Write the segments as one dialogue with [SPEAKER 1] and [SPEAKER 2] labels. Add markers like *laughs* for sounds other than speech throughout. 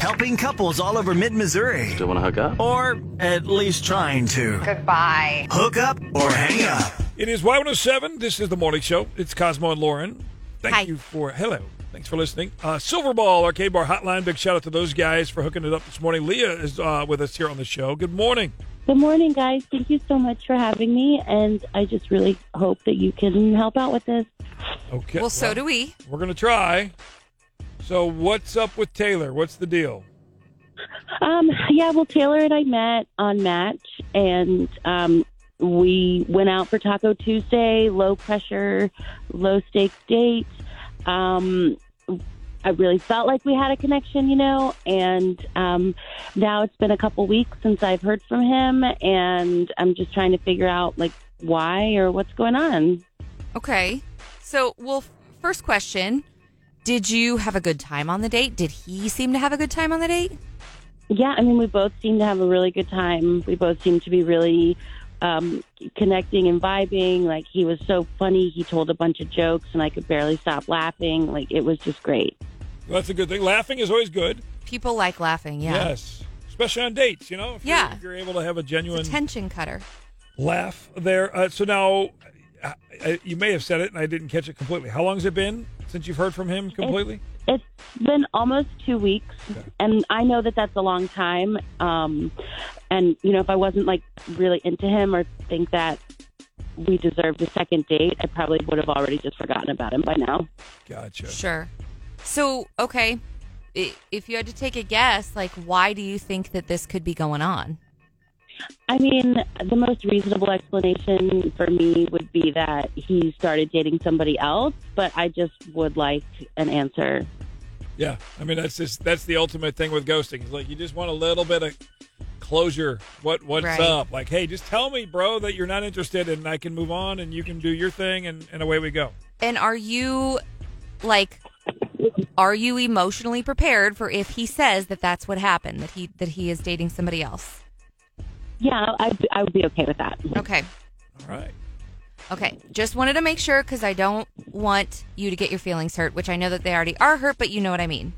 [SPEAKER 1] helping couples all over mid Missouri.
[SPEAKER 2] Still want to hook up?
[SPEAKER 1] Or at least trying to.
[SPEAKER 3] Goodbye.
[SPEAKER 1] Hook up or hang up.
[SPEAKER 4] It is Y107. This is the morning show. It's Cosmo and Lauren. Thank
[SPEAKER 3] Hi.
[SPEAKER 4] you for hello. Thanks for listening. Uh, Silverball Arcade Bar Hotline. Big shout out to those guys for hooking it up this morning. Leah is uh, with us here on the show. Good morning.
[SPEAKER 5] Good morning, guys. Thank you so much for having me, and I just really hope that you can help out with this.
[SPEAKER 4] Okay.
[SPEAKER 3] Well, so do we.
[SPEAKER 4] We're gonna try. So what's up with Taylor? What's the deal?
[SPEAKER 5] Um, yeah, well, Taylor and I met on Match, and um, we went out for Taco Tuesday, low pressure, low stakes date. Um, I really felt like we had a connection, you know, and um, now it's been a couple weeks since I've heard from him, and I'm just trying to figure out like why or what's going on.
[SPEAKER 3] Okay. So, well, f- first question Did you have a good time on the date? Did he seem to have a good time on the date?
[SPEAKER 5] Yeah, I mean, we both seem to have a really good time. We both seem to be really um, connecting and vibing. Like, he was so funny. He told a bunch of jokes, and I could barely stop laughing. Like, it was just great.
[SPEAKER 4] Well, that's a good thing. Laughing is always good.
[SPEAKER 3] People like laughing, yeah.
[SPEAKER 4] Yes. Especially on dates, you know? If
[SPEAKER 3] Yeah.
[SPEAKER 4] You're, if you're able to have a
[SPEAKER 3] It's
[SPEAKER 4] genuine
[SPEAKER 3] a tension cutter.
[SPEAKER 4] laugh there. Uh, so now, I, I, you may have said it and I didn't catch it completely. How long has it been since you've heard from him completely?
[SPEAKER 5] It's been almost two weeks, and I know that that's a long time. Um, and, you know, if I wasn't like really into him or think that we deserved a second date, I probably would have already just forgotten about him by now.
[SPEAKER 4] Gotcha.
[SPEAKER 3] Sure. So, okay. i- If you had to take a guess, like, why do you think that this could be going on?
[SPEAKER 5] I mean, the most reasonable explanation for me would be that he started dating somebody else, but I just would like an answer.
[SPEAKER 4] Yeah. I mean, that's just that's the ultimate thing with ghosting. It's like you just want a little bit of closure. What what's
[SPEAKER 3] Right.
[SPEAKER 4] up? Like, hey, just tell me, bro, that you're not interested, and I can move on, and you can do your thing, and, and away we go.
[SPEAKER 3] And are you, like, are you emotionally prepared for if he says that that's what happened that he that he is dating somebody else?
[SPEAKER 5] Yeah, I, I would be okay with that.
[SPEAKER 3] Okay.
[SPEAKER 4] All right.
[SPEAKER 3] Okay, just wanted to make sure because I don't want you to get your feelings hurt, which I know that they already are hurt, but you know what I mean.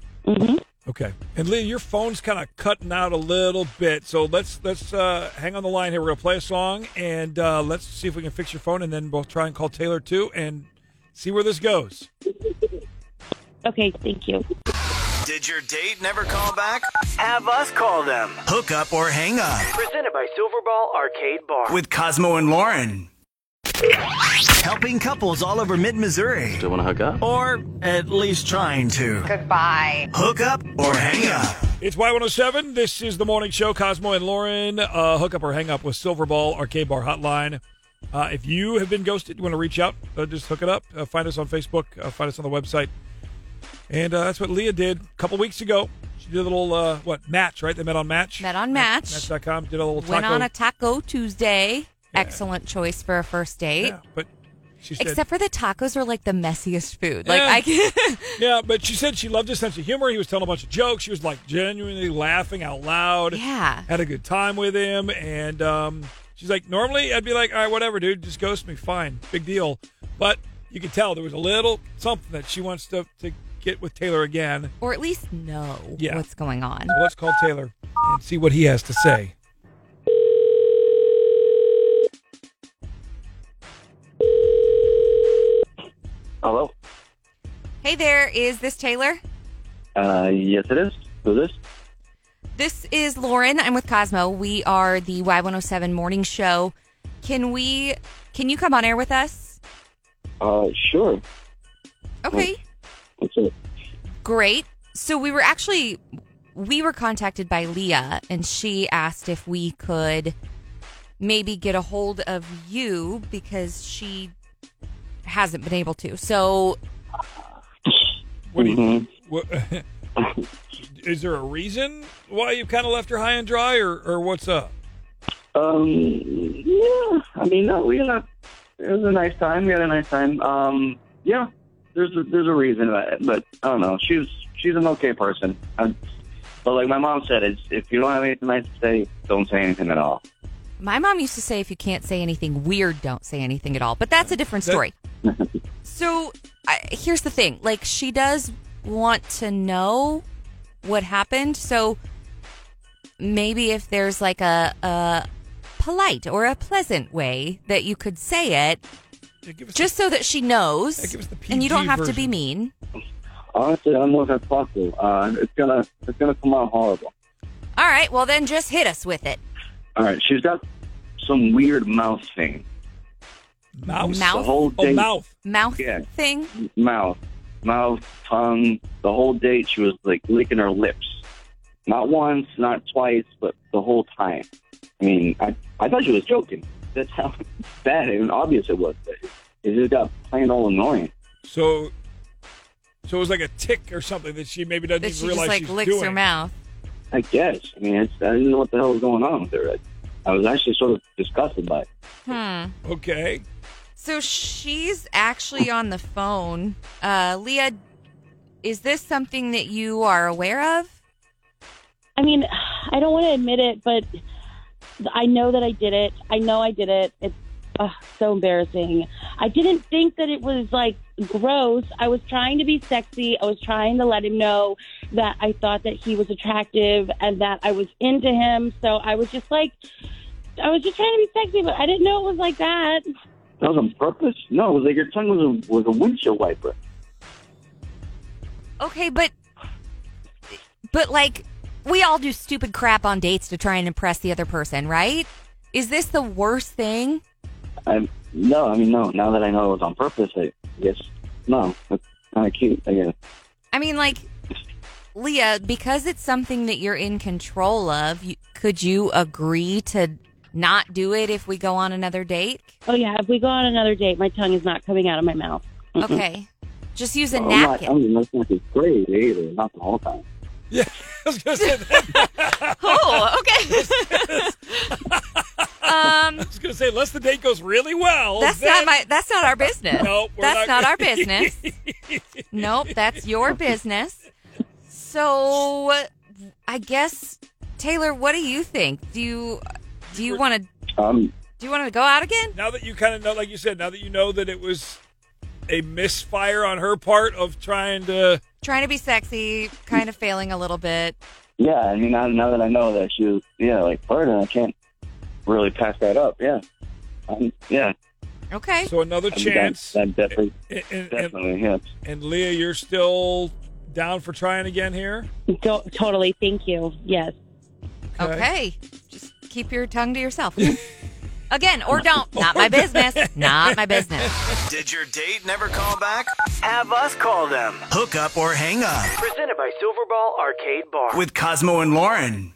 [SPEAKER 4] Okay. And Leah, your phone's kind of cutting out a little bit, so let's let's uh, hang on the line here. We're gonna play a song, and uh, let's see if we can fix your phone, and then we'll try and call Taylor too, and see where this goes.
[SPEAKER 5] Okay, thank you.
[SPEAKER 1] Did your date never call back? Have us call them. Hook up or hang up.
[SPEAKER 6] Presented by Silverball Arcade Bar.
[SPEAKER 1] With Cosmo and Lauren. Helping couples all over mid Missouri.
[SPEAKER 2] Still want to hook up?
[SPEAKER 1] Or at least trying to.
[SPEAKER 3] Goodbye.
[SPEAKER 1] Hook up or hang up.
[SPEAKER 4] It's Y107. This is the morning show. Cosmo and Lauren uh, hook up or hang up with Silverball Arcade Bar Hotline. Uh, if you have been ghosted, you want to reach out, uh, just hook it up. Uh, find us on Facebook. Uh, find us on the website. And uh, that's what Leah did a couple weeks ago. She did a little, uh, what, match, right? They met on Match.
[SPEAKER 3] Met on Match.
[SPEAKER 4] Match.com. Did a little
[SPEAKER 3] Went
[SPEAKER 4] taco.
[SPEAKER 3] on a Taco Tuesday. Excellent choice for a first date.
[SPEAKER 4] yeah, but she said,
[SPEAKER 3] Except for the tacos are like the messiest food. Like
[SPEAKER 4] Yeah.
[SPEAKER 3] I can *laughs*
[SPEAKER 4] yeah, but she said she loved his sense of humor. He was telling a bunch of jokes. She was like genuinely laughing out loud.
[SPEAKER 3] Yeah.
[SPEAKER 4] had a good time with him and um, she's like normally i'd be like all right whatever dude just ghost me fine big deal but you could tell there was a little something that she wants to, to get with taylor again
[SPEAKER 3] Or at least know
[SPEAKER 4] Yeah.
[SPEAKER 3] what's going on.
[SPEAKER 4] well, let's call taylor and see what he has to say
[SPEAKER 6] Hello?
[SPEAKER 3] Hey there, is this Taylor?
[SPEAKER 6] Uh, yes, it is. Who this?
[SPEAKER 3] This is Lauren. I'm with Cosmo. We are the Y107 morning show. Can we can you come on air with us?
[SPEAKER 6] Uh, sure.
[SPEAKER 3] Okay.
[SPEAKER 6] What's it?
[SPEAKER 3] Great. So we were actually we were contacted by Leah and she asked if we could maybe get a hold of you because she hasn't been able to. So
[SPEAKER 4] what do
[SPEAKER 6] Mm-hmm.
[SPEAKER 4] you what, *laughs* is there a reason why you've kind of left her high and dry or, or what's up
[SPEAKER 6] Um, yeah. I mean, no, we had a, it was a nice time. We had a nice time. Um, yeah. There's a, there's a reason, but, but I don't know. She's she's an okay person. Um but like my mom said, it's, if you don't have anything nice to say, don't say anything at all.
[SPEAKER 3] my mom used to say if you can't say anything weird, don't say anything at all. But that's a different story. so I, here's the thing. Like she does want to know what happened. So maybe if there's like a, a polite or a pleasant way that you could say it,
[SPEAKER 4] Yeah, give us
[SPEAKER 3] just so that she knows,
[SPEAKER 4] Yeah, give us the
[SPEAKER 3] and you don't
[SPEAKER 4] PG
[SPEAKER 3] have to be
[SPEAKER 4] version.
[SPEAKER 3] mean.
[SPEAKER 6] Honestly, I don't know if that's possible. Uh, it's gonna it's gonna come out horrible.
[SPEAKER 3] All right, well then just hit us with it.
[SPEAKER 6] All right, she's got some weird mouth thing.
[SPEAKER 4] the mouse.
[SPEAKER 6] The
[SPEAKER 3] Mouth,
[SPEAKER 6] whole
[SPEAKER 4] Oh,
[SPEAKER 6] date,
[SPEAKER 4] mouth.
[SPEAKER 3] mouth
[SPEAKER 6] Yeah.
[SPEAKER 3] thing.
[SPEAKER 6] mouth, mouth, tongue. The whole date, she was like licking her lips. Not once, not twice, but the whole time. I mean, I I thought she was joking. That's how *laughs* bad and obvious it was. But it just got plain old annoying.
[SPEAKER 4] So, so it was like a tick or something that she maybe doesn't
[SPEAKER 3] That
[SPEAKER 4] even
[SPEAKER 3] she just
[SPEAKER 4] realize
[SPEAKER 3] like
[SPEAKER 4] she's
[SPEAKER 3] licks
[SPEAKER 4] doing.
[SPEAKER 3] her mouth.
[SPEAKER 6] I guess. I mean, it's, I didn't know what the hell was going on with her. I, I was actually sort of disgusted by it.
[SPEAKER 3] Hmm.
[SPEAKER 4] Okay. *laughs*
[SPEAKER 3] So she's actually on the phone. Uh, Leah, is this something that you are aware of?
[SPEAKER 5] I mean, I don't want to admit it, but I know that I did it. I know I did it. It's ugh, so embarrassing. I didn't think that it was like gross. I was trying to be sexy. I was trying to let him know that I thought that he was attractive and that I was into him. So I was just like, I was just trying to be sexy, but I didn't know it was like that.
[SPEAKER 6] That was on purpose? No, it was like your tongue was a, was a windshield wiper.
[SPEAKER 3] Okay, but but like we all do stupid crap on dates to try and impress the other person, right? Is this the worst thing?
[SPEAKER 6] I no, I mean no. Now that I know it was on purpose, I guess no. That's kind of cute. I guess.
[SPEAKER 3] I mean, like Leah, because it's something that you're in control of, you, could you agree to not do it if we go on another date?
[SPEAKER 5] Oh, yeah. If we go on another date, my tongue is not coming out of my mouth. Mm-mm.
[SPEAKER 3] Okay. Just use a
[SPEAKER 6] I'm not. Oh, I
[SPEAKER 3] napkin.
[SPEAKER 6] mean, that's not crazy either. Not the whole time.
[SPEAKER 4] Yeah, I was gonna say that.
[SPEAKER 3] Oh, okay. *laughs* um
[SPEAKER 4] I was gonna say unless the date goes really well.
[SPEAKER 3] That's
[SPEAKER 4] then-
[SPEAKER 3] not my. That's not our
[SPEAKER 4] *laughs*
[SPEAKER 3] business.
[SPEAKER 4] No, we're
[SPEAKER 3] that's
[SPEAKER 4] not-
[SPEAKER 3] not, our business.
[SPEAKER 4] *laughs*
[SPEAKER 3] nope, that's your business. So, I guess Taylor, what do you think? Do you do you want to
[SPEAKER 6] Um,
[SPEAKER 3] do you want to go out again?
[SPEAKER 4] Now that you kind of know, like you said, now that you know that it was a misfire on her part of trying to.
[SPEAKER 3] Trying to be sexy, kind of failing a little bit.
[SPEAKER 6] yeah. I mean, now, now that I know that she was, yeah, like flirting, I can't really pass that up. Yeah. Um, yeah.
[SPEAKER 3] Okay.
[SPEAKER 4] So another
[SPEAKER 6] I mean,
[SPEAKER 4] chance.
[SPEAKER 6] That, that definitely,
[SPEAKER 4] And, and, and,
[SPEAKER 6] definitely. Yeah.
[SPEAKER 4] and Leah, you're still down for trying again here.
[SPEAKER 5] To- totally. Thank you. Yes.
[SPEAKER 3] Okay. Just keep your tongue to yourself. Again, or don't.
[SPEAKER 4] *laughs*
[SPEAKER 3] Not my business. Not my business.
[SPEAKER 1] Did your date never call back? Have us call them. Hook up or hang up
[SPEAKER 2] Presented by Silverball Arcade Bar.
[SPEAKER 1] with Cosmo and Lauren.